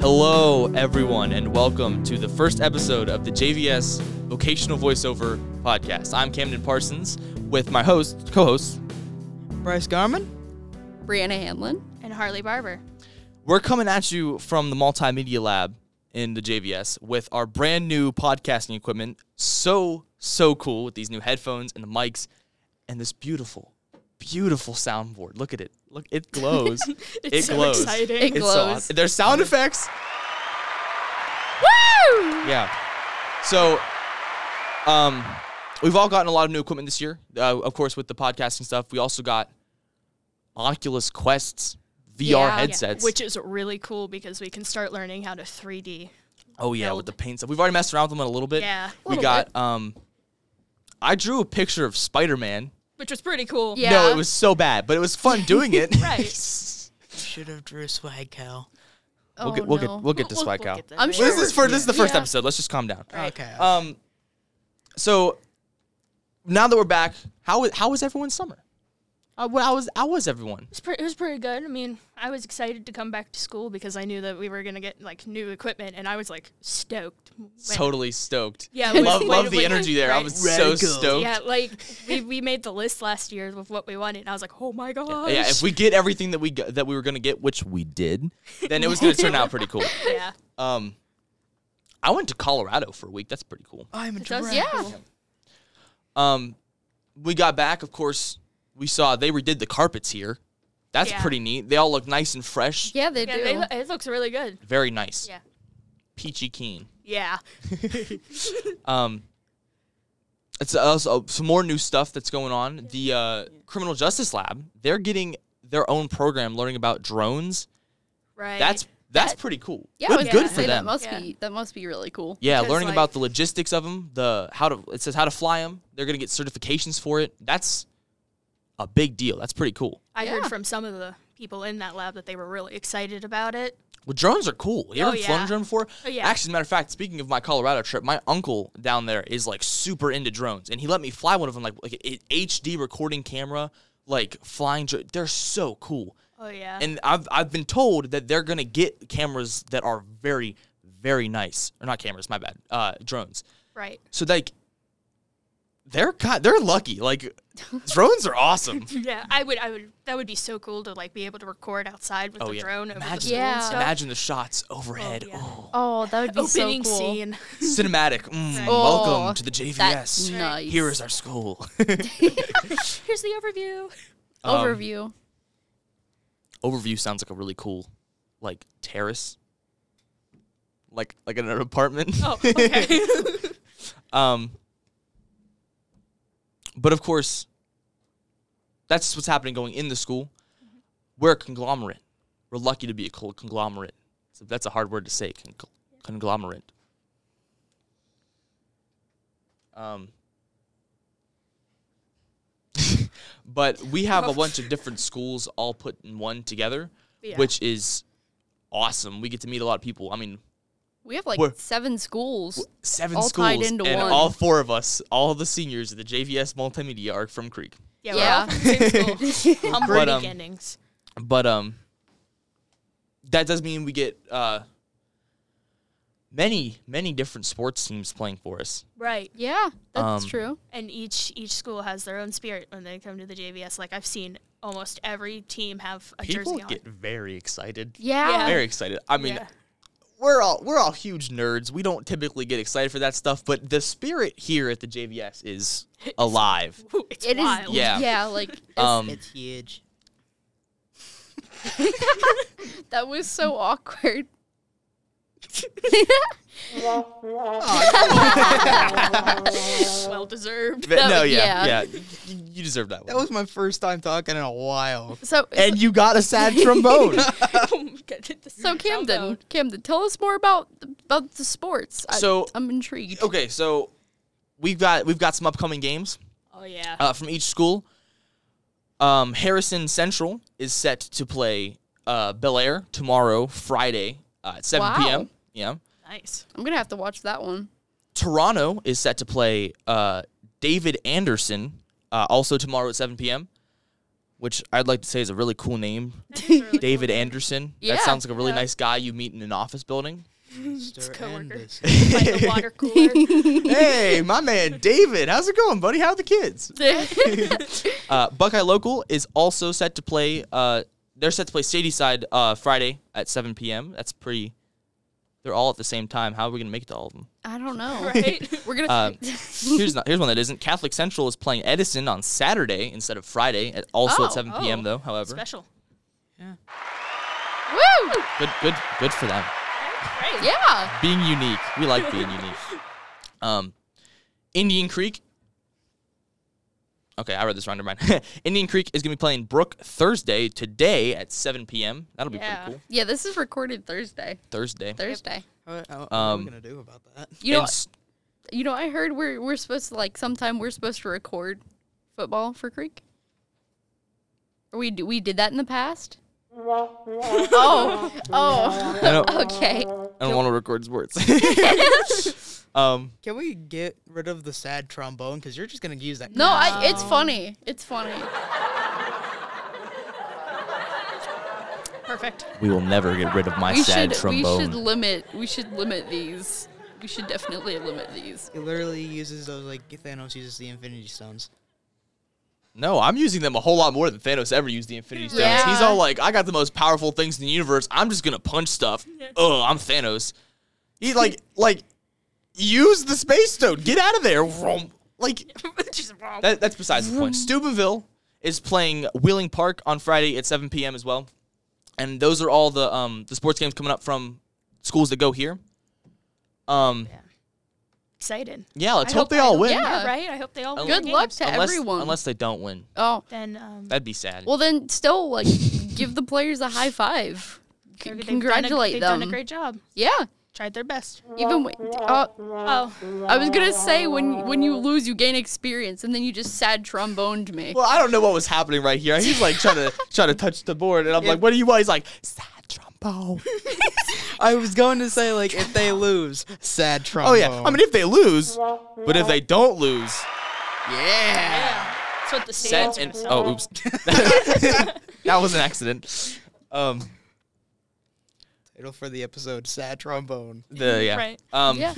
Hello, everyone, and welcome to the first episode of the JVS Vocational Voiceover Podcast. I'm Camden Parsons with my host, co-host. Bryce Garman? Brianna Hanlon. and Harley Barber. We're coming at you from the Multimedia Lab in the JVS with our brand new podcasting equipment. So, so cool with these new headphones and the mics and this beautiful, beautiful soundboard. Look at it. Look, it glows. it so glows. exciting. It It's so glows. awesome. There's sound effects. Woo! Yeah. So, um, we've all gotten a lot of new equipment this year. Uh, of course, with the podcasting stuff, we also got Oculus Quests VR Yeah. headsets. Which is really cool because we can start learning how to 3D. oh yeah, with build. the paint stuff. We've already messed around with them a little bit. Yeah. We Little got um, I drew a picture of Spider Man. Which was pretty cool. Yeah. No, it was so bad, but it was fun doing it. Right. Should have drew swag cow. we'll Oh, get Oh, we'll get we'll get to Spike out. I'm This sure. This is for this is the first Yeah. episode. Let's just calm down. Okay. Um, so now that we're back, how how was everyone's summer? Uh, well, how was how was everyone? It was, pretty, it was pretty good. I mean, I was excited to come back to school because I knew that we were going to get like new equipment and I was like stoked. When- Totally stoked. Yeah, love when- love when- the when- energy there. I right. was Radical. so stoked. Yeah, like we, we made the list last year with what we wanted and I was like, "Oh my god." Yeah, if we get everything that we go, that we were gonna get, which we did, then it was gonna turn out pretty cool. yeah. Um, I went to Colorado for a week. That's pretty cool. I'm a It does- giraffe. Yeah. Um, we got back. Of course, we saw they redid the carpets here. That's Yeah. pretty neat. They all look nice and fresh. Yeah, they Yeah, do. they lo- it looks really good. Very nice. Yeah. Peachy keen. Yeah. Um, it's also some more new stuff that's going on. The uh, criminal justice lab, they're getting their own program learning about drones. Right. That's that's That- pretty cool. yeah, I good, was good gonna for say them. That must Yeah. be that must be really cool. yeah, Because, learning like- about the logistics of them, the how to it says how to fly them. They're gonna get certifications for it. That's a big deal. That's pretty cool. I heard Yeah. from some of the people in that lab that they were really excited about it. Well, drones are cool. You Oh, ever flown a yeah. drone before? Oh, yeah. Actually, as a matter of fact, speaking of my Colorado trip, my uncle down there is like super into drones, and he let me fly one of them, like like a a HD recording camera, like flying. Dro- they're so cool, Oh yeah. and I've I've been told that they're gonna get cameras that are very very nice, or not cameras, my bad, uh, drones. right. So like, they're kind, they're lucky. Like, drones are awesome. Yeah, I would. I would. That would be so cool to like be able to record outside with Oh, the yeah. drone over the Imagine- school Yeah. and stuff. Imagine the shots overhead. yeah. Oh, Oh, that would be Opening so cool. scene. cinematic. Mm, Right. Welcome Oh, to the JVS. That's nice. Here is our school. Here's the overview. um, overview. Overview sounds like a really cool, like terrace, like like in an apartment. Oh, okay. um, but of course, that's what's happening going in the school. We're a conglomerate. We're lucky to be a col- conglomerate. So that's a hard word to say. Con- conglomerate. Um. but we have a bunch of different schools all put in one together, Yeah. which is awesome. We get to meet a lot of people. I mean, We have like we're- seven schools. seven All schools, tied into and one. all four of us, all the seniors at the JVS Multimedia are from Creek. yeah. Yeah. We're all from the same school. Humble But, um, beginnings. But um, that does mean we get uh, many, many different sports teams playing for us. Right. Yeah, that's Um, true. And each each school has their own spirit when they come to the JVS. Like I've seen almost every team have a People jersey on. get very excited. Yeah. Very excited. I mean, Yeah. we're all we're all huge nerds. We don't typically get excited for that stuff, but the spirit here at the JVS is alive. Ooh, it's It is. wild. Yeah. Yeah, like Um, It's huge. that was so awkward. Well deserved. but no, yeah, yeah. yeah, y- you deserve that one. That was my first time talking in a while. so and you got a sad trombone. Oh my God, the so sound Camden, down. Camden, tell us more about about the sports. I, So- I'm intrigued. okay, so we've got we've got some upcoming games Oh yeah. uh, from each school. Um, Harrison Central is set to play uh, Bel Air tomorrow, Friday uh, at seven Wow. p.m. Yeah, nice. I'm gonna have to watch that one. Toronto is set to play uh, David Anderson uh, also tomorrow at seven p.m. which I'd like to say is a really cool name. That is a really David cool name. Anderson. Yeah. That sounds like a really Yeah. nice guy you meet in an office building. Mr. coworker. Anderson. By the water cooler. hey, my man David, how's it going, buddy? How are the kids? Uh, Buckeye Local is also set to play. Uh, they're set to play Sadyside uh, Friday at 7 p.m. That's pretty. They're all at the same time. How are we gonna make it to all of them? I don't know. right? We're gonna. Um, here's not, here's one that isn't. Catholic Central is playing Edison on Saturday instead of Friday. At, also at Oh, 7 p.m. oh. though. However, Special. Woo! good good good for them. Right. Yeah. being unique. We like being unique. Um, Indian Creek. Okay, I read this wrong. Never mind. Indian Creek is gonna be playing Brook Thursday today at 7 p.m. That'll be Yeah. pretty cool. Yeah. This is recorded Thursday. Thursday. Thursday. What, what are Um, we gonna do about that? You know. And s- You know. I heard we're we're supposed to like sometime we're supposed to record football for Creek. We d- we did that in the past. oh. Oh. I don't, okay. I don't want to record sports. um, Can we get rid of the sad trombone? Because you're just gonna use that. No, I, it's funny. It's funny. Perfect. we will never get rid of my we sad should trombone. we should limit we should limit these. We should definitely limit these. It literally uses those like Thanos uses the Infinity Stones. No, I'm using them a whole lot more than Thanos ever used the Infinity Stones. Yeah. He's all like, I got the most powerful things in the universe. I'm just gonna punch stuff. Ugh, I'm Thanos. He like like use the space stone. Get out of there. Vroom. Like Just wrong. that, that's besides the point. Steubenville is playing Wheeling Park on Friday at 7 p.m. as well, and those are all the um the sports games coming up from schools that go here. Um, Excited. yeah, let's I hope, hope they I all don't- win. yeah. right. I hope they all. win Good games. luck to Unless, everyone. unless they don't win, oh, Then um, that'd be sad. well then still like give the players a high five. C- they're- they've done a- congratulate they've them. Done a great job. yeah. Tried their best. Even w- uh, Oh, I was gonna say when when you lose you gain experience and then you just sad tromboned me. Well, I don't know what was happening right here. He's like trying to trying to touch the board, and I'm like, "What do you want?" He's like, "Sad trombone." I was going to say like if they lose, sad oh trombone. yeah, I mean if they lose, but if they don't lose, yeah. yeah. That's what the set stands and are. oh, oops, that was an accident. Um, Title for the episode: Sad trombone. the yeah, Right. um, yeah.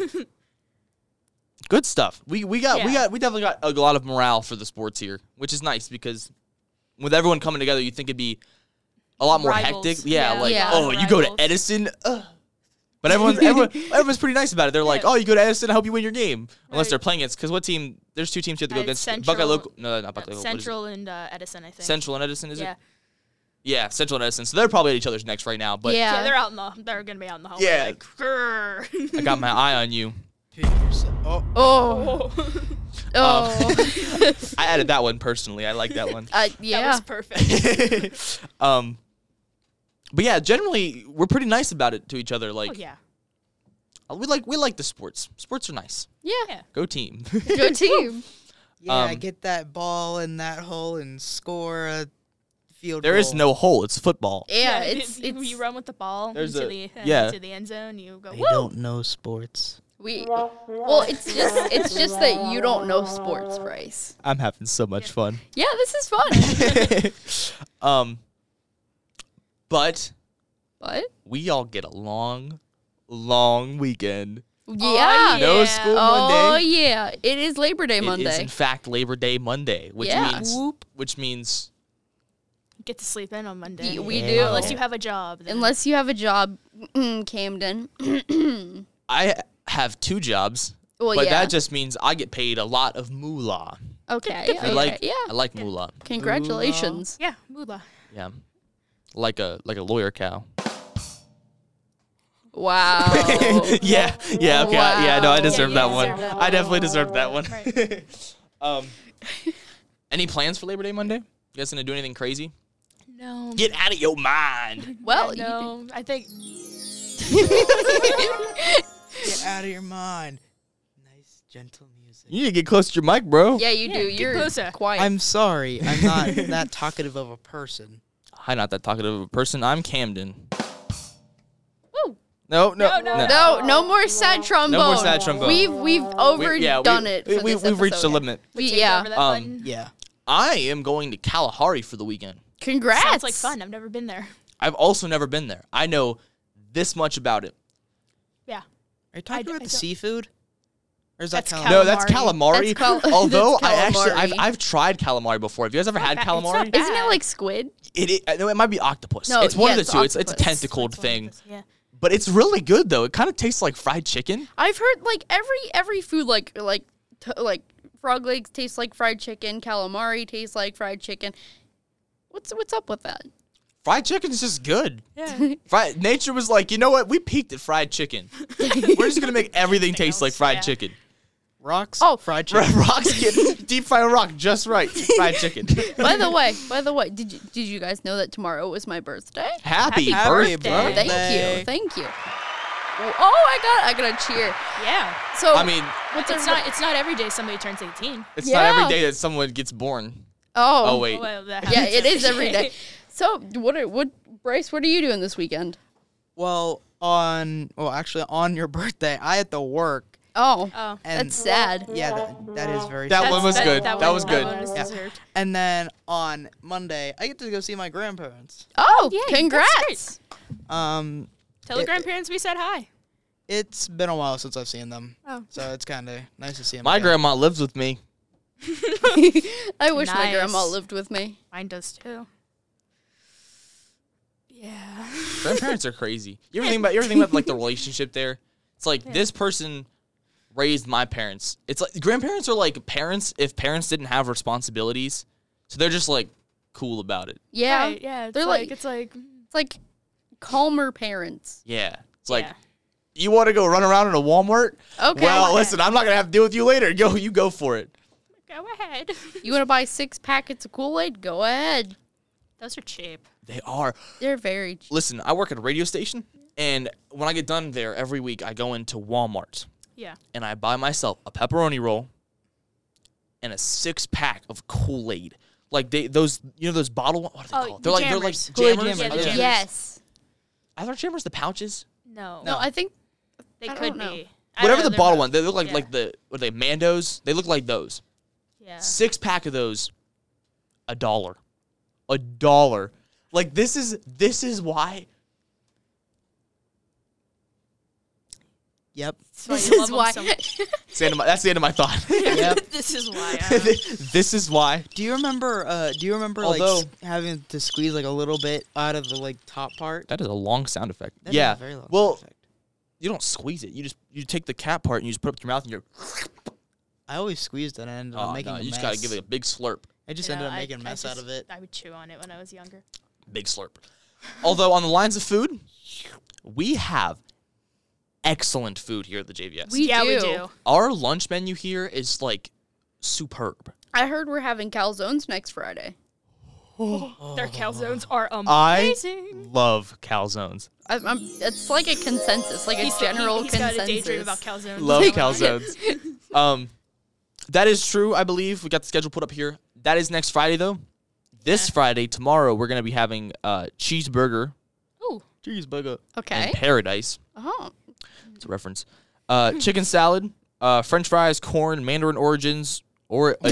good stuff. We we got we Yeah. got we definitely got a lot of morale for the sports here, which is nice because with everyone coming together, you think it'd be a lot more Rivals. hectic. Yeah, Yeah. like Yeah. oh, you go to Rivals. Edison. Ugh. But everyone's everyone, everyone's pretty nice about it. They're like, Yeah. oh, you go to Edison, I hope you win your game. Unless Right. they're playing against because what team? There's two teams you have to go Uh, against. Central- Buckeye local, no, not Buckeye Uh, local. what is it? Central and uh, Edison, I think. Central and Edison is Yeah. it? Yeah, Central and Edison. So they're probably at each other's necks right now. But Yeah, yeah. they're out in the. They're gonna be out in the hallway. Yeah. Like, grrr. I got my eye on you. Pick yourself. Oh, oh. Um, Oh. I added that one personally. I like that one. uh, That yeah. was perfect. um, but yeah, generally we're pretty nice about it to each other. Like oh yeah. we like we like the sports. Sports are nice. Yeah. Go team. Good team. yeah. Um, get that ball in that hole and score a field. there is goal. no hole. It's football. Yeah, it's you, it's you run with the ball There's into a- the uh, yeah. into the end zone. You go. I Woo! don't know sports. we Well, it's just it's just that you don't know sports, Bryce. I'm having so much fun. Yeah, this is fun. um, but But we all get a long, long weekend. Oh, yeah. No Yeah. school Oh Monday. yeah, it is Labor Day It is Monday. in fact Labor Day Monday, which Yeah. means which means Get to sleep in on Monday. Y- we do. Unless you have a job. then- Unless you have a job, mm, Camden. I have two jobs. Well, but yeah. that just means I get paid a lot of moolah. Okay. I okay. like yeah. I like moolah. Congratulations. Yeah. Moolah. Yeah. Like a like a lawyer cow. Wow. yeah, yeah, okay. I- Yeah, no, I Oh. Wow. deserve Yeah, that you one. deserve that I definitely deserved that one. um Any plans for Labor Day Monday? You guys gonna do anything crazy? No. Get out of your mind. well, you, no. I think. Get out of your mind. Nice gentle music. You need to get close to your mic, bro. yeah, you Yeah, do. get You're closer. quiet. I'm sorry, I'm not that talkative of a person. I'm not that talkative of a person. I'm Camden. Woo. No, no, No, no, no, no more sad trombone. No more sad trombone. We've we've overdone We- yeah, we- it. We, for we, this we've reached the episode. limit. We, Take yeah. over that Um, button. Yeah. I am going to Kalahari for the weekend. Congrats. Sounds like fun. I've never been there. I've also never been there. I know this much about it. Yeah. Are you talking d- about I the don't- seafood? Or is that That's calamari? No, that's calamari. Calamari. That's cal- Although that's I actually I've, calamari. I've tried calamari before. Have you guys ever had bad. It's not calamari? bad. Isn't it Yeah. like squid? It, it, I know it might be octopus. No, it's one yeah, of the it's two. It's it's a octopus. tentacled That's one of thing, those- Yeah. but it's really good though. It kind of tastes like fried chicken. I've heard like every every food like like t- like frog legs taste like fried chicken, calamari tastes like fried chicken. What's what's up with that? Fried chicken is just good. Yeah. Fried, nature was like, you know what? We peaked at fried chicken. We're just gonna make everything taste like else, fried yeah. chicken. Rocks? Oh. fried chicken. Rocks get deep fry a rock just right. Fried chicken. by the way, by the way, did you, did you guys know that tomorrow was my birthday? Happy, Happy birthday. birthday. Thank you, thank you. Oh, I got I got a cheer. yeah. So I mean, what's It's everybo- not. It's not every day somebody turns 18. it's not Yeah. every day that someone gets born. Oh, Oh wait, Well, that yeah, happens it is every day. So what are, what Bryce? What are you doing this weekend? Well, on well, actually, on your birthday, I had to work. Oh, Oh, And that's sad. yeah, that, that is very. That sad. one was good. That one- was good. one was Yeah. deserved. And then on Monday, I get to go see my grandparents. Oh, yay, that's great. congrats! Um, Tell the grandparents we said hi. it's been a while since I've seen them, Oh. so it's kind of nice to see them. my again. grandma lives with me. I wish my grandma Nice. lived with me. Mine does too. Yeah. Grandparents are crazy. You ever think about you ever think about like the relationship there? It's like this person raised my parents. It's like grandparents are like parents if parents didn't have responsibilities. So they're just like cool about it. Yeah, Right, yeah. It's They're like, like- it's like mm, it's like calmer parents. Yeah. It's like Yeah. you want to go run around in a Walmart? Okay. Well, listen, I'm not gonna have to deal with you later. Go, you go for it. go ahead. you want to buy six packets of Kool Aid? Go ahead. Those are cheap. They are. They're very cheap. Listen, I work at a radio station, and when I get done there every week, I go into Walmart Yeah. and I buy myself a pepperoni roll and a six pack of Kool Aid. Like they those you know those bottle what are they Oh, called? the They're like jammers. they're Kool-Aid like jammers. jammers, Are, they yeah. jammers? Yes. Are there jammers the pouches? No. No, I think They I could don't know. be. I don't Whatever know, the they're bottle both- one, they look like yeah. like the what are they Mandos? They look like those. Yeah. Six pack of those, a dollar, a dollar. Like this is this is why Yep. this is why. It's the end of my- that's the end of my thought. Yep. this is why. this is why. Do you remember? Uh, do you remember Although- like s- having to squeeze like a little bit out of the like top part? That is a long sound effect. That is yeah. a very long well, effect. you don't squeeze it. You just you take the cat part and you just put it up your mouth and you're I always squeezed it and I ended up oh, making. no, a you just gotta mess. give it a big slurp, I just ended up making a mess out of it. I would chew on it when I was younger. big slurp. Although on the lines of food, we have excellent food here at the JVS. We yeah, we do. do. Our lunch menu here is like superb. I heard we're having calzones next Friday. Oh. Their calzones are I amazing. love calzones. I, I'm, it's like a consensus, like a He's- general he, has consensus. got a daydream about calzones. Love calzones. Um, that is true. I believe we got the schedule put up here. That is next Friday though. This Friday, tomorrow, we're gonna be having uh, cheeseburger Ooh, Cheeseburger. okay. in paradise. Oh, It's a reference. Uh, chicken salad, uh, French fries, corn, Mandarin origins, or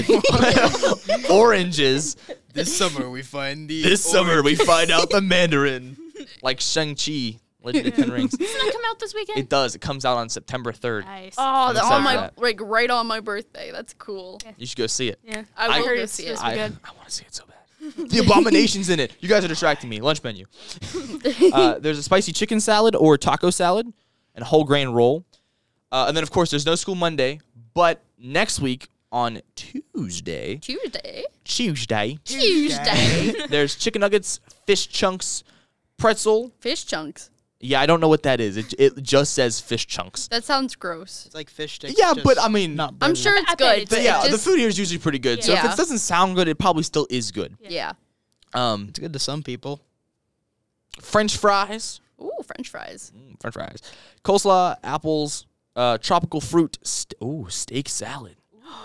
oranges. This summer we find the. This summer we find out the Mandarin, like Shang Chi, Legend of Ten Rings. doesn't that come out this weekend? It does. It comes out on September third. nice. oh, the, on excited my for that. like right on my birthday. That's cool. You should go see it. yeah, I I- will heard go it's see it. supposed to be I, I good. want to see it so bad. the abominations in it. You guys are distracting me. Lunch menu. uh, there's a spicy chicken salad or taco salad, and a whole grain roll. Uh, and then of course there's no school Monday, but next week on Tuesday, Tuesday. Tuesday, Tuesday. there's chicken nuggets, fish chunks, pretzel. Fish chunks. Yeah, I don't know what that is. It, it just says fish chunks. That sounds gross. It's like fish sticks. Yeah, just but I mean, not. I'm breaded. sure it's I bet good. it's but but yeah, it the just, food here is usually pretty good. So if Yeah. it doesn't sound good, it probably still is good. Yeah. Um, It's good to some people. French fries, Ooh, French fries. Mm, French fries, coleslaw, apples, uh, tropical fruit. St- oh, steak salad,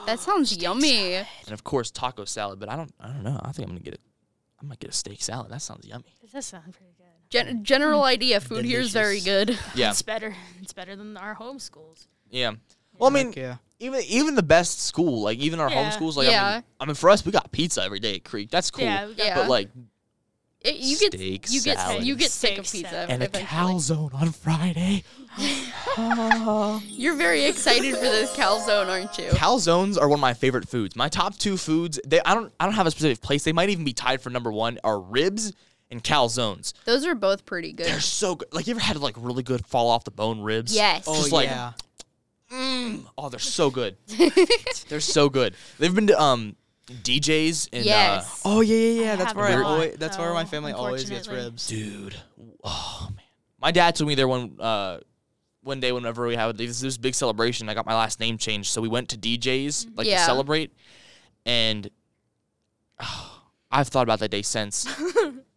That sounds yummy. and of course taco salad. But I don't, I don't know. I think I'm gonna get it. I might get a steak salad. That sounds yummy. It does sound pretty good. Gen- general idea. Food here is very good. Yeah, It's better. It's better than our home schools. yeah. Well, I mean, Heck yeah. even even the best school, like even our home Yeah. schools, like I, Yeah. mean, I mean, for us, we got pizza every day at Creek. That's cool. Yeah, we got Yeah. But like It, you Steak get you get salad. you get sick of Steak pizza salad. and a eventually. calzone on Friday. You're very excited for this calzone, aren't you? Calzones are one of my favorite foods. My top two foods, they I don't I don't have a specific place. They might even be tied for number one are ribs and calzones. Those are both pretty good. They're so good. Like you ever had like really good fall off the bone ribs? Yes. Oh Just yeah. like- Mm. Oh, they're so good. they're so good. They've been to um DJs and uh, yes. oh yeah, yeah, yeah. I That's have where I not, always, that's where my though, family always gets unfortunately. ribs. dude. Oh man, my dad took me there one uh, one day whenever we had this, this big celebration. I got my last name changed, so we went to DJ's like to Yeah. celebrate, and ah, I've thought about that day since.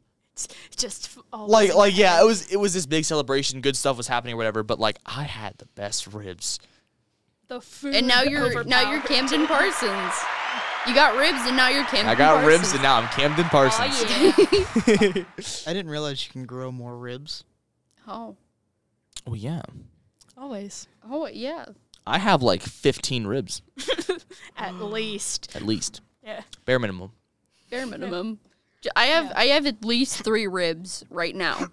Just f- always like in like my yeah, head. it was it was this big celebration. Good stuff was happening or whatever, but like I had the best ribs. the food. and now you're now you're overpowered. Camden Parsons. You got ribs, and now you're Camden. I got Parsons. ribs, and now I'm Camden Parsons. Oh yeah. I didn't realize you can grow more ribs. Oh, Well, yeah, always oh yeah. I have like 15 ribs at Mm. least. at least, Yeah. bare minimum. Bare minimum. J- I have I have at least three ribs right now.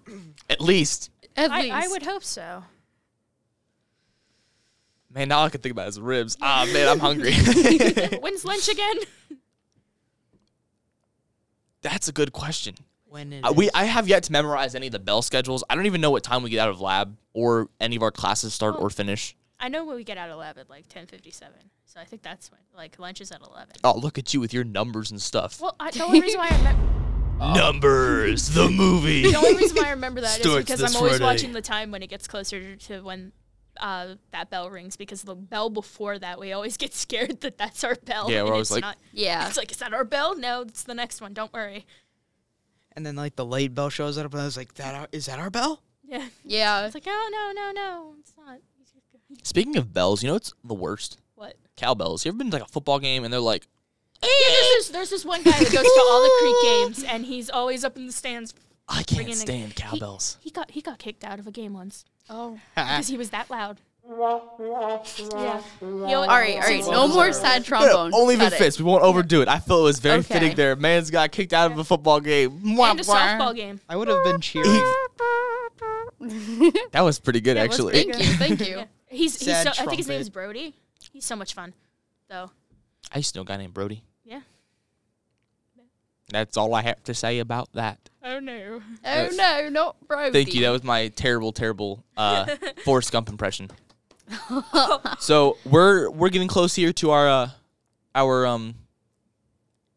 At least, At I, least. I would hope so. man. Now all I can think about is ribs. Ah, man, I'm hungry. When's lunch again? That's a good question. When it I, Uh, we is. I have yet to memorize any of the bell schedules. I don't even know what time we get out of lab or any of our classes start or finish. I know when we get out of lab at like 10:57, so I think that's when like lunch is at 11. Oh, look at you with your numbers and stuff. Oh. Well, I, the only reason why I remember Numbers, the movie. the only reason why I remember that is Starts because this I'm always Friday. watching the time when it gets closer to when uh, that bell rings because the bell before that we always get scared that that's our bell. Yeah, we're and always it's like- "Ah." not. Yeah. It's like, is that our bell? No, it's the next one. Don't worry. and then like the late bell shows up, and I was like, "That our, is that our bell?" Yeah. Yeah. It's like, oh no, no, no, it's not. Speaking of bells, you know what's the worst? What? Cowbells. You ever been to like a football game and they're like, Yeah, there's this, there's this one guy that goes to all the creek games, and he's always up in the stands. I can't Friggin' stand cowbells. He got he got kicked out of a game once Oh. because he was that loud. Yeah. All right. All right. No more sad No, trombone. only the Got it. fist. We won't overdo it. I feel it was very Okay. fitting there. Man's got kicked out of a football game. Mwah, And a mwah. softball game. I would have been cheering. That was pretty good, That was actually. pretty Thank you. Thank you. Yeah. He's, he's Sad so, I think his name trumpet. is Brody. He's so much fun, though. I used to know a guy named Brody. Yeah. That's all I have to say about that. Oh no. Oh no, not Brody. Thank you. That was my terrible, terrible uh, Forrest Gump impression. so we're we're getting close here to our uh, our um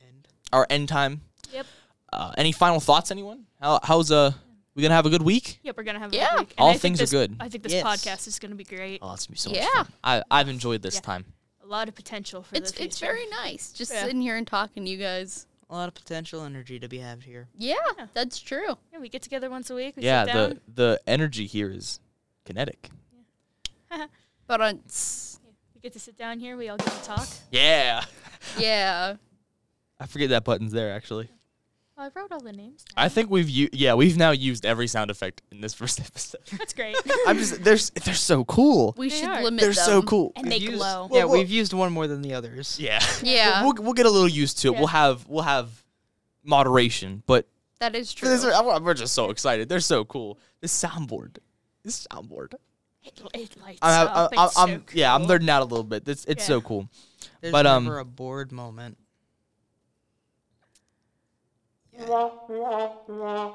And our end time. Yep. Uh, any final thoughts, anyone? How, how's uh we gonna have a good week? Yep. We're gonna have. Yeah. A good week. And All I think things are this- good. I think this Yes. podcast is gonna be great. Oh, that's gonna be so much Yeah. fun. I I've enjoyed this Yeah. time. A lot of potential for It's the future. it's very nice just Yeah. sitting here and talking to you guys. a lot of potential energy to be had here. Yeah, Yeah. that's true. Yeah, we get together once a week. We yeah, Sit down. the the energy here is kinetic. But on s- we get to sit down here. We all get to talk. Yeah. yeah, I forget that button's there actually. Oh, I wrote all the names. I think we've u- yeah we've now used every sound effect in this first episode. That's great. I'm just they're s- they're so cool. we They should are. limit They're them. so cool. and they We've used- glow. Yeah, Well, well- we've used one more than the others. Yeah. Yeah, We'll, we'll get a little used to it. Yeah. We'll have we'll have moderation, but that is true. these are, I'm- we're just so excited. They're so cool. This soundboard. This soundboard. It, it lights I'm, I'm, up. I'm, it's I'm- so yeah, I'm cool. learning out a little bit. It's it's so Yeah. cool. There's But, um, never a bored moment. Thank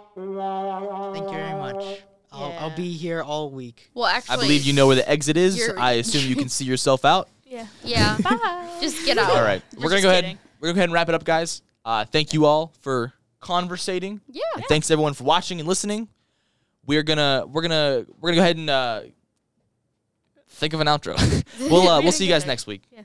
you very much. I'll, I'll Yeah. be here all week. well, actually, I believe you know where the exit is. You're- I assume you can see yourself out. Yeah. Yeah, Bye. just get out. All right, We're we're gonna just go ahead. kidding. We're gonna go ahead and wrap it up, guys. Uh, thank you all for conversating. Yeah, And thanks everyone for watching and listening. We're gonna we're gonna we're gonna go ahead and uh, think of an outro. we'll uh, we'll see you guys next week. Yeah.